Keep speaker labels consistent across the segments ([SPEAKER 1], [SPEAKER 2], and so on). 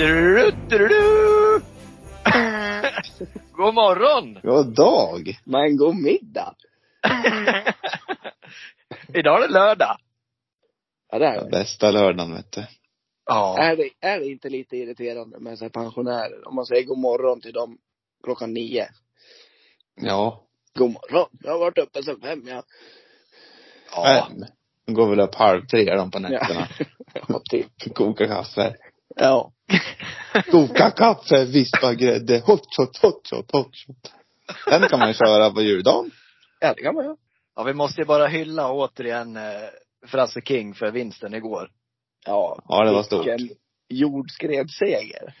[SPEAKER 1] God morgon!
[SPEAKER 2] God dag! Men god middag!
[SPEAKER 1] Idag är det lördag.
[SPEAKER 2] Ja, det är det.
[SPEAKER 3] Bästa lördagen vet du.
[SPEAKER 1] Ja.
[SPEAKER 2] Är det, är det inte lite irriterande med så här pensionärer? Om man säger god morgon till dem klockan nio.
[SPEAKER 3] Ja.
[SPEAKER 2] God morgon, jag har varit uppe sedan fem jag.
[SPEAKER 1] ja.
[SPEAKER 3] Fem. De går väl upp halv tre de på nätterna.
[SPEAKER 2] Ja, typ.
[SPEAKER 3] Koka kaffe.
[SPEAKER 2] Ja.
[SPEAKER 3] Koka kaffe, vispa grädde, hot shot, hot shot, hot shot. Den kan man ju köra på juldagen.
[SPEAKER 2] Ja, det kan man göra.
[SPEAKER 1] ja, vi måste ju bara hylla återigen eh, Frasse King för vinsten igår.
[SPEAKER 2] Ja.
[SPEAKER 3] Ja, det var stort.
[SPEAKER 2] Vilken jordskredsseger.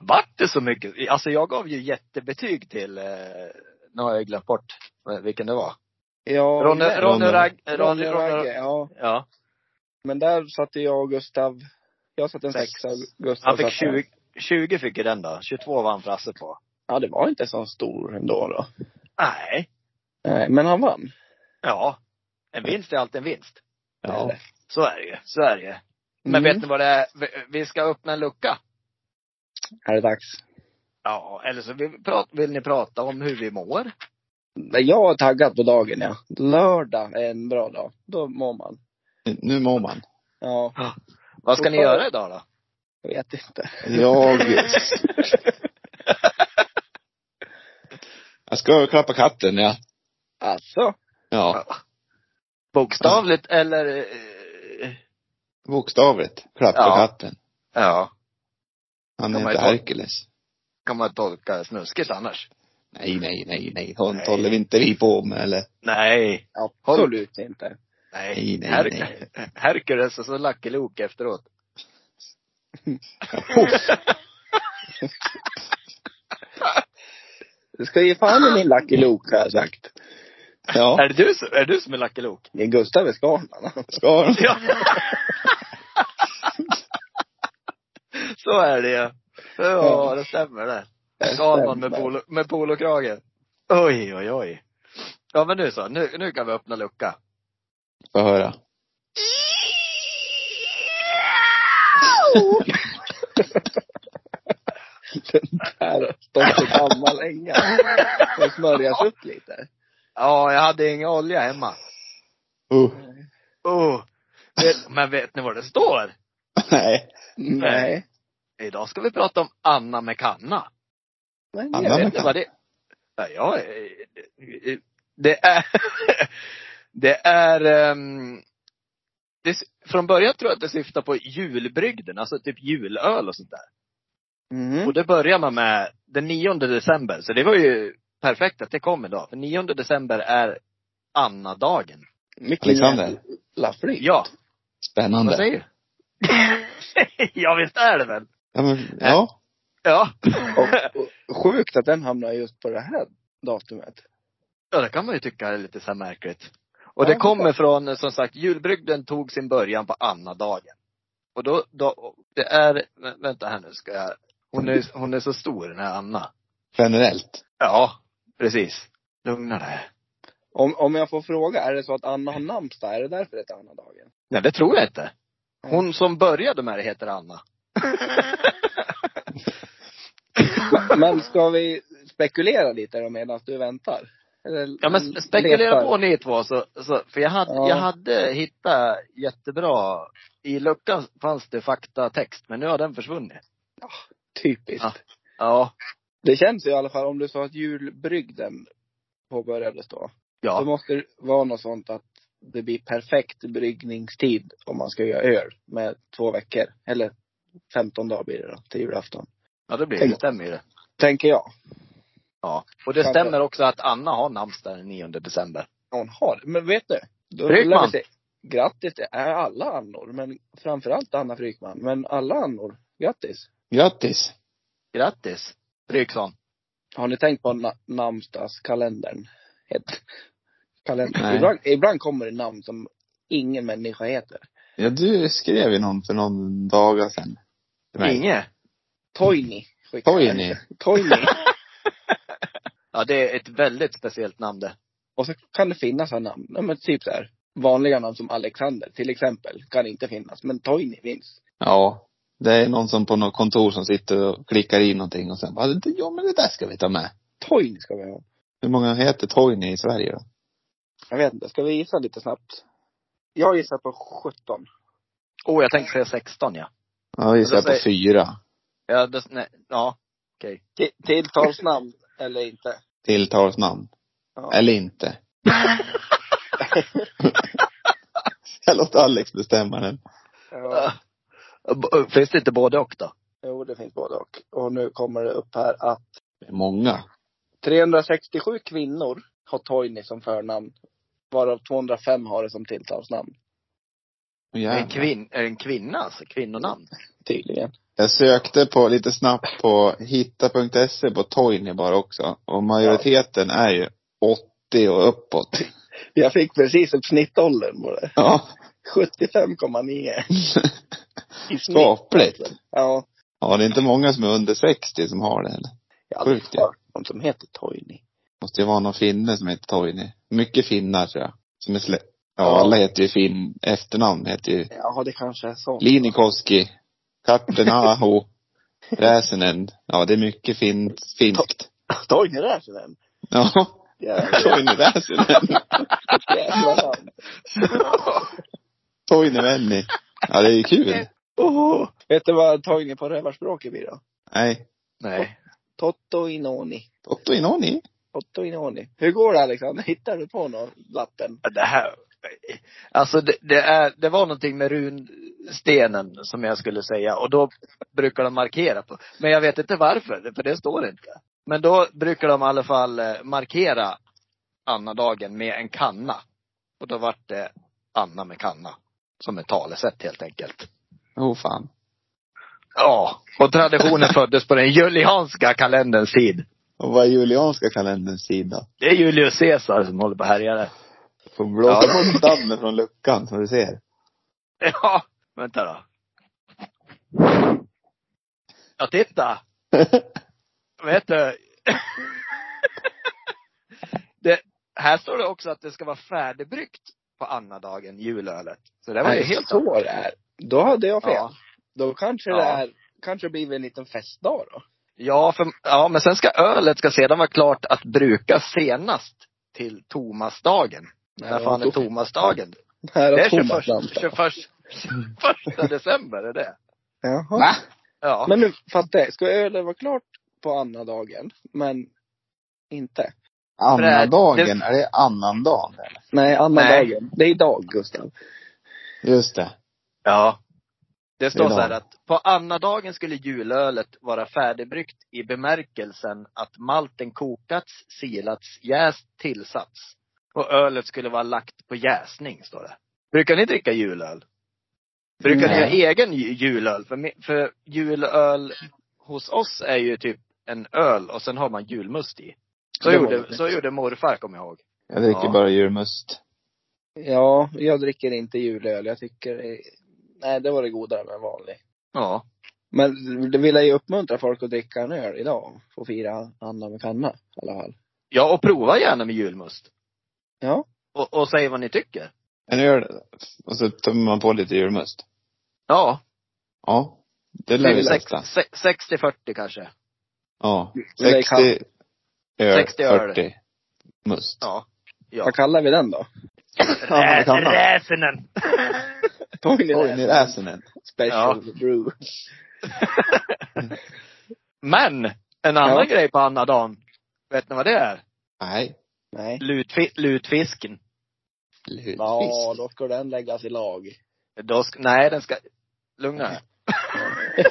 [SPEAKER 1] Vart det så mycket? Alltså jag gav ju jättebetyg till, eh, nu har jag glömt bort eh, vilken det var.
[SPEAKER 2] Ja.
[SPEAKER 1] Ronny,
[SPEAKER 2] men-
[SPEAKER 1] Ronny,
[SPEAKER 3] Ronny-
[SPEAKER 1] Ragg, Ronny,
[SPEAKER 2] Ronny
[SPEAKER 1] Ronny,
[SPEAKER 2] Ragge, ja.
[SPEAKER 1] Ja.
[SPEAKER 2] Men där satte jag och Gustav, jag satte en
[SPEAKER 1] Sex.
[SPEAKER 2] sexa och Gustav
[SPEAKER 1] Han fick
[SPEAKER 2] satte-
[SPEAKER 1] 20, 20 fick ju den då. 22 var han Frasse på.
[SPEAKER 2] Ja, det var inte så stor ändå då.
[SPEAKER 1] Nej.
[SPEAKER 2] Nej, men han vann.
[SPEAKER 1] Ja. En vinst är alltid en vinst.
[SPEAKER 3] Ja.
[SPEAKER 1] Så är det ju. Så är det ju. Men
[SPEAKER 2] Mm.
[SPEAKER 1] vet ni vad det är? Vi- Vi ska öppna en lucka.
[SPEAKER 2] Här är det dags.
[SPEAKER 1] Ja, eller så vill, vi prata, vill ni prata om hur vi mår.
[SPEAKER 2] Nej, Jag är taggad på dagen ja. Lördag är en bra dag. Då mår man.
[SPEAKER 3] Nu mår man.
[SPEAKER 2] Ja,
[SPEAKER 1] Vad ska ni
[SPEAKER 2] Fortfarande.
[SPEAKER 1] göra idag då?
[SPEAKER 2] jag vet inte.
[SPEAKER 3] Jag... Jag ska klappa katten, ja.
[SPEAKER 2] Alltså,
[SPEAKER 3] Ja.
[SPEAKER 1] Bokstavligt eller? eh,
[SPEAKER 3] Bokstavligt. Klappa
[SPEAKER 1] Ja.
[SPEAKER 3] katten.
[SPEAKER 1] Ja,
[SPEAKER 3] Han
[SPEAKER 1] Kan
[SPEAKER 3] är
[SPEAKER 1] man
[SPEAKER 3] inte
[SPEAKER 1] ju ta-
[SPEAKER 3] Herkules.
[SPEAKER 1] kan man tolka snuskigt annars.
[SPEAKER 3] Nej, nej, nej, nej. Sånt
[SPEAKER 1] Nej.
[SPEAKER 3] håller vi inte vi på med, eller?
[SPEAKER 1] Nej.
[SPEAKER 2] absolut inte.
[SPEAKER 1] Nej.
[SPEAKER 3] Nej, nej,
[SPEAKER 1] Her-
[SPEAKER 3] nej.
[SPEAKER 1] Herkules och så Lucky Luke efteråt.
[SPEAKER 3] Oh.
[SPEAKER 2] Du ska ge fan i min Lucky Luke har jag sagt.
[SPEAKER 3] Ja.
[SPEAKER 1] Är det du, som- är det du som är Lucky Luke?
[SPEAKER 2] Det är Gustav i Skalman.
[SPEAKER 3] Ska de?
[SPEAKER 1] Ja. så är det ju. Ja, det stämmer det. Skalman med, polo, med polokrage. Oj, oj, oj. Ja men nu så, nu, nu kan vi öppna lucka.
[SPEAKER 3] Få höra.
[SPEAKER 2] Den där har stått och dammat länge. Den smörjas upp lite.
[SPEAKER 1] Ja, jag hade ingen olja hemma.
[SPEAKER 3] Uh.
[SPEAKER 1] Oh. Vet, men vet ni vad det står?
[SPEAKER 3] Nej.
[SPEAKER 2] Nej.
[SPEAKER 1] Idag ska vi prata om Anna med kanna.
[SPEAKER 2] Men
[SPEAKER 3] Anna
[SPEAKER 2] jag
[SPEAKER 1] Vet
[SPEAKER 2] vet
[SPEAKER 3] med
[SPEAKER 1] ni vad det Ja, ja, eh, eh, det är, det är, ehm, det, s- från början tror jag att det syftar på julbrygden, alltså typ julöl och sånt där.
[SPEAKER 2] Mhm.
[SPEAKER 1] Och det börjar man med den 9 december, så det var ju perfekt att det kom idag. För 9 december är Anna-dagen.
[SPEAKER 2] Mycket
[SPEAKER 3] Alexander.
[SPEAKER 2] jävla flyt.
[SPEAKER 1] Ja, vad
[SPEAKER 3] Spännande.
[SPEAKER 1] säger du? ja, visst är det väl?
[SPEAKER 3] Ja, men,
[SPEAKER 1] Äh.
[SPEAKER 3] ja.
[SPEAKER 1] Ja.
[SPEAKER 2] Och, och sjukt att den hamnar just på det här datumet.
[SPEAKER 1] Ja, det kan man ju tycka är lite så här märkligt. Och
[SPEAKER 2] Ja,
[SPEAKER 1] det
[SPEAKER 2] men-
[SPEAKER 1] kommer från, som sagt, julbrygden tog sin början på Annadagen. Och då, då det är, vä- vänta här nu ska jag, hon är, hon är så stor den här Anna.
[SPEAKER 3] Generellt.
[SPEAKER 1] Ja, precis. Lugna dig.
[SPEAKER 2] Om, om jag får fråga, är det så att Anna har namnsdag? Är det därför det är Anna-dagen?
[SPEAKER 1] Nej, det tror jag inte. Hon som började med det heter Anna.
[SPEAKER 2] Men ska vi spekulera lite då medan du väntar? Eller,
[SPEAKER 1] Ja men
[SPEAKER 2] eller
[SPEAKER 1] spe- spekulera
[SPEAKER 2] letar?
[SPEAKER 1] på ni två så, så för jag hade,
[SPEAKER 2] Ja.
[SPEAKER 1] jag hade hittat jättebra, i luckan fanns det faktatext, men nu har den försvunnit.
[SPEAKER 2] Typiskt.
[SPEAKER 1] Ja. Ja.
[SPEAKER 2] Det känns ju i alla fall, om du sa att julbrygden påbörjades då.
[SPEAKER 1] Ja.
[SPEAKER 2] Då måste det vara något sånt att det blir perfekt bryggningstid om man ska göra öl med två veckor. Eller 15 dagar blir det då, till julafton.
[SPEAKER 1] Ja, det blir det. Det stämmer ju det.
[SPEAKER 2] Tänker jag.
[SPEAKER 1] Ja. Och det
[SPEAKER 2] Kanske.
[SPEAKER 1] stämmer också att Anna har namnsdag den 9 december.
[SPEAKER 2] Hon har det. Men vet du? Då
[SPEAKER 1] Frykman.
[SPEAKER 2] lär vi se. Grattis till är alla Annor, men framförallt Anna Frykman. Men alla Annor, grattis.
[SPEAKER 3] Grattis.
[SPEAKER 1] Grattis, Fryksson.
[SPEAKER 2] Har ni tänkt på na- namnsdagskalendern? Het- Kalender.
[SPEAKER 3] Nej.
[SPEAKER 2] Ibland, ibland kommer det namn som ingen människa heter.
[SPEAKER 3] Ja, du skrev ju någon för någon dagar sedan. till mig.
[SPEAKER 1] Inge.
[SPEAKER 2] Toini. skickar jag.
[SPEAKER 3] Toini.
[SPEAKER 2] Toini.
[SPEAKER 1] Ja, det är ett väldigt speciellt namn det.
[SPEAKER 2] Och så kan det finnas här namn. Ja, men typ så här. Vanliga namn som Alexander till exempel kan inte finnas. Men Toini finns.
[SPEAKER 3] Ja. Det är någon som på något kontor som sitter och klickar i någonting och sen bara, "Det- ja men det där ska vi ta med.
[SPEAKER 2] Toyn ska vi ha.
[SPEAKER 3] Hur många heter Toini i Sverige då?
[SPEAKER 2] Jag vet inte, ska vi gissa lite snabbt? Jag gissar på 17.
[SPEAKER 1] Åh, oh, jag tänkte säga 16 ja.
[SPEAKER 3] Ja, gissar
[SPEAKER 1] Men då
[SPEAKER 3] jag på fyra.
[SPEAKER 1] Ja, det, nej, ja.
[SPEAKER 2] Ti- Tilltalsnamn eller inte?
[SPEAKER 3] Tilltalsnamn.
[SPEAKER 2] Ja.
[SPEAKER 3] Eller inte. jag låter Alex bestämma den.
[SPEAKER 2] Ja,
[SPEAKER 1] B- Finns det inte både och då?
[SPEAKER 2] jo, det finns både och. Och nu kommer det upp här att
[SPEAKER 3] Det är många.
[SPEAKER 2] 367 kvinnor har Toini som förnamn. Varav 205 har det som tilltalsnamn.
[SPEAKER 3] Åh,
[SPEAKER 1] Är det en,
[SPEAKER 3] jävlar.
[SPEAKER 1] kvin, är det en kvinna alltså? Kvinnonamn?
[SPEAKER 2] Tydligen.
[SPEAKER 3] Jag sökte på lite snabbt på hitta.se på Toini bara också. Och majoriteten är ju 80 och uppåt.
[SPEAKER 2] Jag fick precis upp snittåldern på det.
[SPEAKER 3] Ja.
[SPEAKER 2] 75,9. I snitt.
[SPEAKER 3] Skapligt.
[SPEAKER 2] Ja.
[SPEAKER 3] Ja, det är inte många som är under 60 som har det heller.
[SPEAKER 2] Jag har aldrig
[SPEAKER 3] Sjukt, ja.
[SPEAKER 2] hört någon som heter Toini.
[SPEAKER 3] Måste ju vara någon finne som heter Toini. Mycket finnar tror jag. Som är slä... Ja,
[SPEAKER 2] Ja.
[SPEAKER 3] alla heter ju finn. Efternamn heter ju
[SPEAKER 2] Ja, det kanske är så.
[SPEAKER 3] Linikoski, Kattenaho, Räsenen. Ja, det är mycket fin... finskt.
[SPEAKER 2] Toini Räsänen.
[SPEAKER 3] Ja,
[SPEAKER 2] Jävlar.
[SPEAKER 3] Toini Räsenen.
[SPEAKER 2] jävla namn.
[SPEAKER 3] Toini Venni. Ja, det är ju kul.
[SPEAKER 2] Åh. Vet du vad Toini på rövarspråket blir då?
[SPEAKER 3] Nej.
[SPEAKER 1] Nej.
[SPEAKER 2] Toto inoni.
[SPEAKER 3] Otto Inoni.
[SPEAKER 2] Toto inoni. Hur går det Alexander? Hittar du på någon lappen?
[SPEAKER 1] Det här, alltså det, det, är, det var någonting med runstenen som jag skulle säga och då brukar de markera på. Men jag vet inte varför, för det står inte. Men då brukar de i alla fall eh, markera Annadagen med en kanna. Och då vart det Anna med kanna. Som ett talesätt helt enkelt.
[SPEAKER 3] Oh fan.
[SPEAKER 1] Ja, och traditionen föddes på den julianska kalenderns tid.
[SPEAKER 3] Och vad är julianska kalenderns sida?
[SPEAKER 1] Det är Julius Caesar som håller på och härjar där.
[SPEAKER 3] Får blåsa
[SPEAKER 1] Ja.
[SPEAKER 3] bort dammen från luckan som du ser.
[SPEAKER 1] Ja, vänta då. Ja, titta. Vet du. det, här står det också att det ska vara färdigbryggt på annadagen, julölet. Så det var ju
[SPEAKER 2] Nej,
[SPEAKER 1] helt
[SPEAKER 2] så det är. Då hade jag fel.
[SPEAKER 1] ja.
[SPEAKER 2] Då kanske det
[SPEAKER 1] Ja.
[SPEAKER 2] är, kanske det blir en liten festdag då.
[SPEAKER 1] Ja, för, ja, men sen ska ölet ska sedan vara klart att bruka senast till Tomasdagen. När fan är Tomasdagen?
[SPEAKER 2] Här
[SPEAKER 1] Det
[SPEAKER 2] har
[SPEAKER 1] är
[SPEAKER 2] Thomas
[SPEAKER 1] 21,
[SPEAKER 2] namnsdag.
[SPEAKER 1] 21, 21 december är det.
[SPEAKER 2] Jaha.
[SPEAKER 3] Va?
[SPEAKER 1] Ja.
[SPEAKER 2] Men nu fattar jag. Ska ölen vara klart på annandagen, men inte?
[SPEAKER 3] Annandagen, är det annandagen? eller?
[SPEAKER 2] Nej, annandagen. Det är idag, Gustav.
[SPEAKER 3] Just det.
[SPEAKER 1] Ja. Det står
[SPEAKER 3] Idag.
[SPEAKER 1] så här att på annadagen skulle julölet vara färdigbryggt i bemärkelsen att malten kokats, silats, jäst, tillsats. Och ölet skulle vara lagt på jäsning, står det. Brukar ni dricka julöl? Brukar ni ha
[SPEAKER 3] Nej.
[SPEAKER 1] egen ju- julöl? För, mi- för julöl hos oss är ju typ en öl och sen har man julmust i. Så,
[SPEAKER 2] Det var
[SPEAKER 1] gjorde,
[SPEAKER 2] det.
[SPEAKER 1] så gjorde morfar, kommer jag ihåg.
[SPEAKER 3] Jag dricker
[SPEAKER 1] Ja.
[SPEAKER 3] bara julmust.
[SPEAKER 2] Ja, jag dricker inte julöl. Jag tycker, det- nej det var det godare med vanlig.
[SPEAKER 1] Ja.
[SPEAKER 2] Men det vill jag ju uppmuntra folk att dricka en öl idag. Få fira Anna med kanna i alla fall.
[SPEAKER 1] Ja, och prova gärna med julmust.
[SPEAKER 2] Ja.
[SPEAKER 1] Och, och säg vad ni tycker.
[SPEAKER 3] En öl, och så tömmer man på lite julmust.
[SPEAKER 1] Ja,
[SPEAKER 3] Ja. Det lär vi testa.
[SPEAKER 1] 60-40 kanske.
[SPEAKER 3] Ja.
[SPEAKER 2] Det lär
[SPEAKER 3] 60 öl,
[SPEAKER 1] 60 öl.
[SPEAKER 3] 40 must.
[SPEAKER 1] Ja. ja.
[SPEAKER 2] Vad kallar vi den då?
[SPEAKER 3] det kan man.
[SPEAKER 1] Räsenen!
[SPEAKER 2] Toini
[SPEAKER 3] Oj, ni
[SPEAKER 2] Räs
[SPEAKER 3] läser den.
[SPEAKER 2] Special brew.
[SPEAKER 1] Men! En annan
[SPEAKER 2] Ja.
[SPEAKER 1] grej på annandagen. Vet ni vad det är?
[SPEAKER 3] Nej.
[SPEAKER 2] Nej.
[SPEAKER 1] Lutfi- lutfisken.
[SPEAKER 3] Lutfisk.
[SPEAKER 2] Ja, då ska den läggas i lag.
[SPEAKER 1] Då sk- nej, den ska, lugna dig.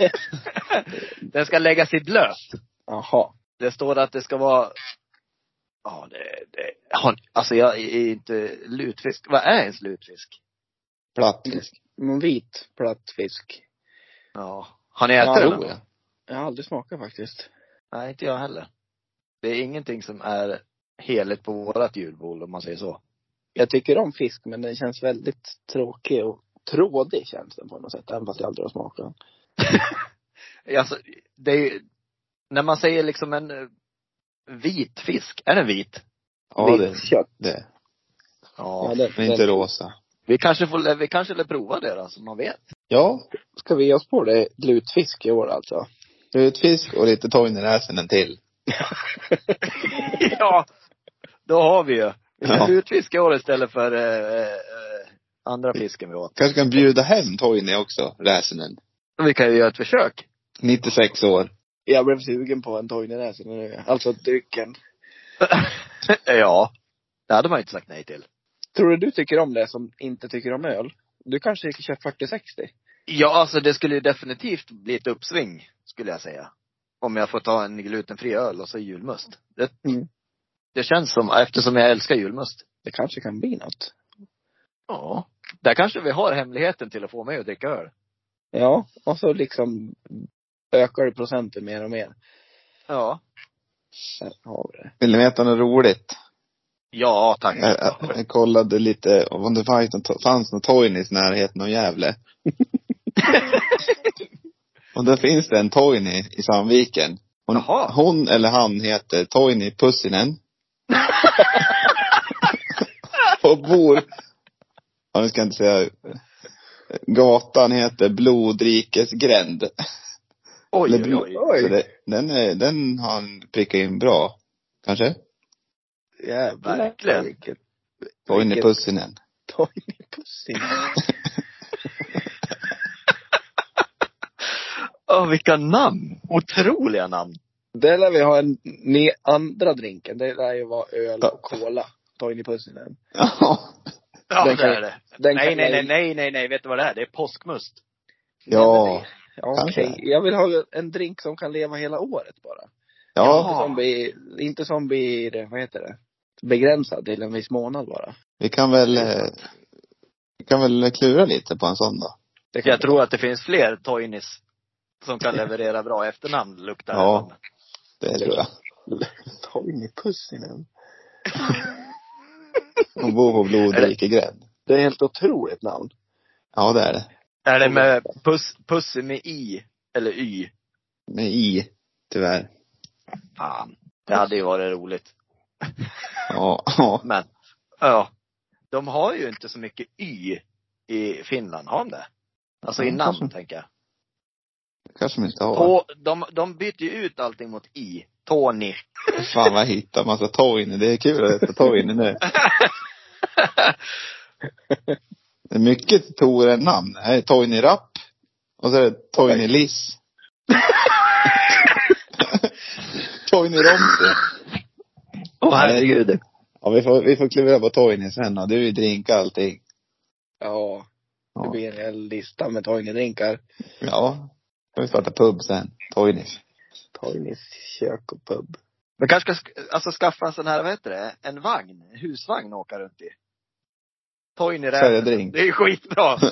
[SPEAKER 1] den ska läggas i blöt.
[SPEAKER 2] Jaha.
[SPEAKER 1] Det står att det ska vara, ja det, det, har- alltså jag är inte lutfisk. Vad är ens lutfisk?
[SPEAKER 3] Plattfisk.
[SPEAKER 2] Men vit plattfisk.
[SPEAKER 1] Ja. Har ni ätit
[SPEAKER 2] Ja,
[SPEAKER 1] den?
[SPEAKER 2] jo,
[SPEAKER 1] någon
[SPEAKER 3] ja.
[SPEAKER 1] gång?
[SPEAKER 2] Jag har aldrig smakat faktiskt.
[SPEAKER 1] Nej, inte jag heller. Det är ingenting som är heligt på vårat julbord om man säger så.
[SPEAKER 2] Jag tycker om fisk men den känns väldigt tråkig och trådig känns den på något sätt. Även fast jag aldrig har smakat den.
[SPEAKER 1] Alltså, det är ju, när man säger liksom en eh, vit fisk, är den vit?
[SPEAKER 3] Ja,
[SPEAKER 2] Vitt
[SPEAKER 3] det,
[SPEAKER 2] kött.
[SPEAKER 3] det.
[SPEAKER 1] Ja.
[SPEAKER 2] Ja, den,
[SPEAKER 3] Men inte
[SPEAKER 2] den,
[SPEAKER 3] rosa.
[SPEAKER 1] Vi kanske får, vi kanske lär prova det då, så man vet.
[SPEAKER 3] Ja,
[SPEAKER 2] Ska vi ge oss på det lutfisk i år alltså?
[SPEAKER 3] lutfisk och lite Toini Räsänen till.
[SPEAKER 1] ja! Då har vi ju. Vi
[SPEAKER 3] Ja.
[SPEAKER 1] ska lutfiska i år istället för eh, eh, andra fisken vi åt.
[SPEAKER 3] Kanske kan bjuda hem Toini också, Räsänen.
[SPEAKER 1] Vi kan ju göra ett försök.
[SPEAKER 3] 96 år.
[SPEAKER 2] Jag blev sugen på en Toineräs nu. Alltså drycken.
[SPEAKER 1] ja. Det hade man ju inte sagt nej till.
[SPEAKER 2] Tror du du tycker om det som inte tycker om öl? Du kanske kör 40-60?
[SPEAKER 1] Ja, alltså det skulle ju definitivt bli ett uppsving, skulle jag säga. Om jag får ta en glutenfri öl och så julmust. Det,
[SPEAKER 2] Mm.
[SPEAKER 1] det känns som, eftersom jag älskar julmust.
[SPEAKER 2] Det kanske kan bli något.
[SPEAKER 1] Ja. Där kanske vi har hemligheten till att få mig att dricka öl.
[SPEAKER 2] Ja, och så liksom ökar det procenten mer och mer.
[SPEAKER 1] Ja.
[SPEAKER 2] Där har vi det.
[SPEAKER 3] Vill ni veta något roligt?
[SPEAKER 1] Ja, tack.
[SPEAKER 3] Jag, jag, jag kollade lite om det fanns- fanns någon Toinis i närheten av Gävle. och där finns det en Toini i Sandviken. Hon,
[SPEAKER 1] Jaha.
[SPEAKER 3] hon eller han heter Toini Pussinen. och bor, ja, nu ska jag inte säga, gatan heter Blodrikes gränd.
[SPEAKER 1] Oj,
[SPEAKER 3] Eller
[SPEAKER 1] oj,
[SPEAKER 3] blod-
[SPEAKER 1] oj.
[SPEAKER 2] Oj.
[SPEAKER 3] Så det, den, är, den har han prickat in bra. Kanske?
[SPEAKER 2] Jävlar.
[SPEAKER 1] Verkligen.
[SPEAKER 2] Vilket
[SPEAKER 3] Toini
[SPEAKER 2] Vilket-
[SPEAKER 3] Pussinen.
[SPEAKER 2] Toinipussing.
[SPEAKER 1] Åh, vilka namn! Otroliga namn.
[SPEAKER 2] Där lär vi ha en ny andra drinken. Det lär ju vara öl och cola. Toinipussingen.
[SPEAKER 3] Ja.
[SPEAKER 1] Ja,
[SPEAKER 2] Den
[SPEAKER 1] det
[SPEAKER 2] kan-
[SPEAKER 1] är det.
[SPEAKER 2] Den
[SPEAKER 1] Nej,
[SPEAKER 2] kan
[SPEAKER 1] nej,
[SPEAKER 2] jag-
[SPEAKER 1] nej, nej, nej, nej, vet du vad det är? Det är påskmust.
[SPEAKER 3] Ja.
[SPEAKER 2] Ja, Okej,
[SPEAKER 3] Kanske.
[SPEAKER 2] jag vill ha en drink som kan leva hela året bara.
[SPEAKER 3] Ja,
[SPEAKER 1] Ja.
[SPEAKER 2] Inte som blir, inte som blir, vad heter det, begränsad till en viss månad bara.
[SPEAKER 3] vi kan väl, eh, vi kan väl klura lite på en sån då.
[SPEAKER 2] Det
[SPEAKER 1] Jag tror att det finns fler Toinis som kan leverera bra efternamn, luktar det
[SPEAKER 3] Ja.
[SPEAKER 1] som.
[SPEAKER 3] Det tror jag.
[SPEAKER 2] Toinipussinen.
[SPEAKER 3] Hon bor på Blodrikegränd.
[SPEAKER 2] Det är helt otroligt namn.
[SPEAKER 3] Ja, det är det.
[SPEAKER 1] Är det med puss, puss med i eller y?
[SPEAKER 3] Med i, tyvärr.
[SPEAKER 1] Fan. Det hade ju varit roligt.
[SPEAKER 3] Ja, ja.
[SPEAKER 1] Men, ja. De har ju inte så mycket y i Finland, har de det? Alltså i
[SPEAKER 3] Mm,
[SPEAKER 1] namn,
[SPEAKER 3] kanske.
[SPEAKER 1] tänker jag.
[SPEAKER 3] kanske de inte har.
[SPEAKER 1] På, de, de byter ju ut allting mot i. Tony.
[SPEAKER 3] Fan vad jag hittar massa Toini. Det är kul att heta Toini nu. Det är mycket Toren-namn. Här är Toini Rapp. Och så är det Toini Liss. Toini Romsi.
[SPEAKER 1] Åh
[SPEAKER 3] herregud. Ja, vi får, vi får klura på Toini sen och du drinkar allting.
[SPEAKER 2] Ja, det
[SPEAKER 3] Ja.
[SPEAKER 2] blir en hel lista med Toini-drinkar.
[SPEAKER 3] Ja. Ska vi starta pub sen. Toinis.
[SPEAKER 2] Toinis kök och pub.
[SPEAKER 1] Man kanske ska sk- alltså, skaffa en sån här, vad heter det, en vagn, en husvagn att åka runt i. Toini
[SPEAKER 3] Sälja
[SPEAKER 1] räven.
[SPEAKER 3] drink.
[SPEAKER 1] Det är skitbra.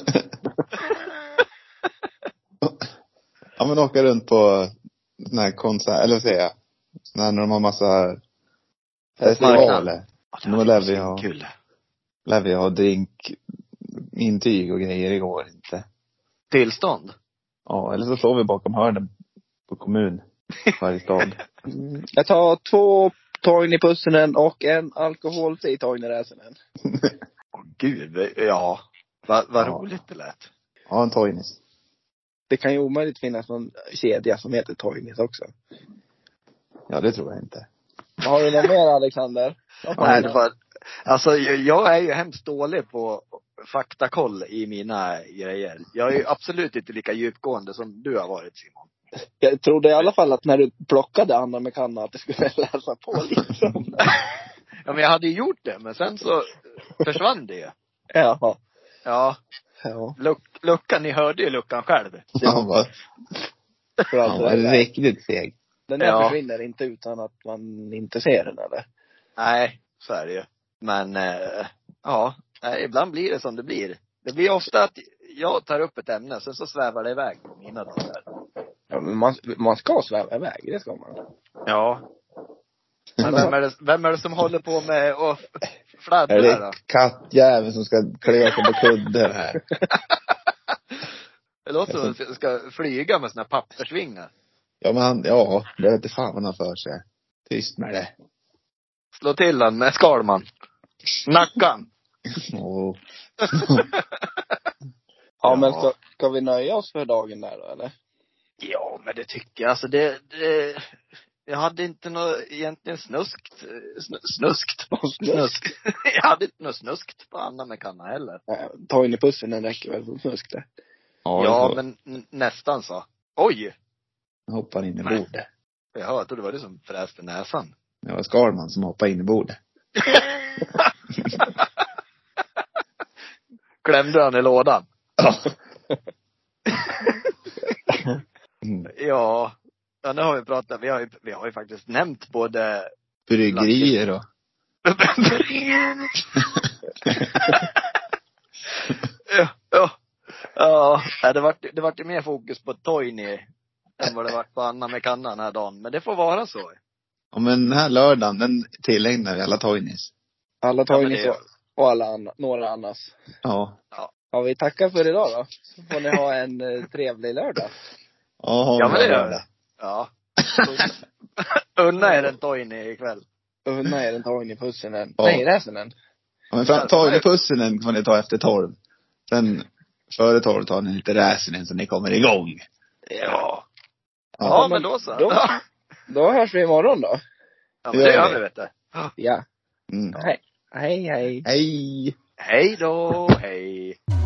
[SPEAKER 3] Ja men åka runt på sån här konsert, eller vad säger jag? Sån här när de har massa festivaler. Då lär vi ha-
[SPEAKER 1] Kul.
[SPEAKER 3] Lär vi ha drinkintyg och grejer igår inte.
[SPEAKER 1] Tillstånd.
[SPEAKER 3] Ja, eller så står vi bakom hörnen på kommun. Varje stad.
[SPEAKER 2] Mm, Jag tar två Toinipussinen och en alkoholfri Toiniräsinen.
[SPEAKER 1] Åh gud, ja. Vad va
[SPEAKER 3] Ja.
[SPEAKER 1] roligt det lät.
[SPEAKER 3] Ja, en Toinis.
[SPEAKER 2] Det kan ju omöjligt finnas någon kedja som heter Toinis också.
[SPEAKER 3] Ja, det tror jag inte.
[SPEAKER 2] Har du något mer Alexander? Vad fan
[SPEAKER 1] Nej,
[SPEAKER 2] är
[SPEAKER 1] det var, alltså jag- jag är ju hemskt dålig på faktakoll i mina grejer. Jag är ju absolut inte lika djupgående som du har varit Simon.
[SPEAKER 2] Jag trodde i alla fall att när du plockade Anna med kanna att du skulle läsa på liksom.
[SPEAKER 1] Ja men jag hade ju gjort det, men sen så försvann det ju.
[SPEAKER 2] Jaha.
[SPEAKER 1] Ja,
[SPEAKER 2] Ja.
[SPEAKER 1] luck, luckan, ni hörde ju luckan själv.
[SPEAKER 3] Han var,
[SPEAKER 2] För
[SPEAKER 3] han
[SPEAKER 2] allt Alltså, det
[SPEAKER 3] var
[SPEAKER 2] där.
[SPEAKER 3] riktigt seg.
[SPEAKER 2] Den där
[SPEAKER 1] Ja.
[SPEAKER 2] försvinner inte utan att man inte ser den eller?
[SPEAKER 1] Nej, så är det ju. Men eh, ja, nej, ibland blir det som det blir. Det blir ofta att jag tar upp ett ämne, sen så svävar det iväg på mina dagar.
[SPEAKER 2] Ja, men man, man ska sväva iväg, det ska man.
[SPEAKER 1] Ja. Men vem är, det, vem är det som håller på med att
[SPEAKER 3] Är
[SPEAKER 1] fladdra
[SPEAKER 3] det
[SPEAKER 1] då?
[SPEAKER 3] kattjäveln som ska klä sig på kudden här?
[SPEAKER 1] Det låter som att jag ska flyga med såna här pappersvingar.
[SPEAKER 3] Ja, men han, ja, det vet inte fan vad han har för sig. Tyst med det.
[SPEAKER 1] Slå till den med Skalman. Nackan.
[SPEAKER 3] Åh.
[SPEAKER 2] Ja, men ska, ska vi nöja oss för dagen där då eller?
[SPEAKER 1] Ja, men det tycker jag. Alltså det, det jag hade inte något egentligen snuskt, snu- snuskt, snusk. Jag hade inte något snuskt på Anna McKenna heller.
[SPEAKER 2] Nej, Ta in i pussen, den räcker väl för snusk det.
[SPEAKER 1] Ja,
[SPEAKER 3] Ja, jag
[SPEAKER 1] men n- nästan så. Oj!
[SPEAKER 3] hoppar in i
[SPEAKER 1] Nej.
[SPEAKER 3] bordet.
[SPEAKER 1] Jaha, jag trodde det var du som fräste näsan.
[SPEAKER 3] Det var Skalman som hoppade in i bordet.
[SPEAKER 1] Klämde han i lådan?
[SPEAKER 3] Mm.
[SPEAKER 1] Ja. Ja, nu har vi pratat, vi har ju, vi har ju faktiskt nämnt både
[SPEAKER 3] Bryggerier och
[SPEAKER 1] ja, ja. ja, nej, det vart, det vart ju mer fokus på Toini än vad det vart på Anna med kanna den här dagen. Men det får vara så.
[SPEAKER 3] Ja men den här lördagen, den tillägnar vi alla Toinis.
[SPEAKER 2] Alla
[SPEAKER 1] Ja,
[SPEAKER 2] tar
[SPEAKER 1] men
[SPEAKER 2] in i
[SPEAKER 1] det-
[SPEAKER 2] så- och alla anna, några annas.
[SPEAKER 3] Ja.
[SPEAKER 2] Ja, vi tackar för idag då. Så får ni ha en eh, trevlig lördag.
[SPEAKER 3] Ja, ha
[SPEAKER 1] Ja, men
[SPEAKER 3] en bra
[SPEAKER 1] det gör
[SPEAKER 3] lördag.
[SPEAKER 1] Ja. Unna er en Toini ikväll.
[SPEAKER 2] Unna er en ta in i pussen än.
[SPEAKER 3] Ja.
[SPEAKER 2] Nej, räsen än.
[SPEAKER 3] Ja, men fram, Toini-pusselen får ni ta efter tolv. Sen, före tolv tar ni lite räsinen så ni kommer igång.
[SPEAKER 1] Ja.
[SPEAKER 3] Ja.
[SPEAKER 1] Ja, men då så.
[SPEAKER 2] Då-
[SPEAKER 1] Ja,
[SPEAKER 2] Då hörs vi imorgon då.
[SPEAKER 1] men det gör vi vet du.
[SPEAKER 2] Ja.
[SPEAKER 3] Mm.
[SPEAKER 2] Hej, hej.
[SPEAKER 3] Hej!
[SPEAKER 1] Hej då, hej.